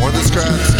Rats.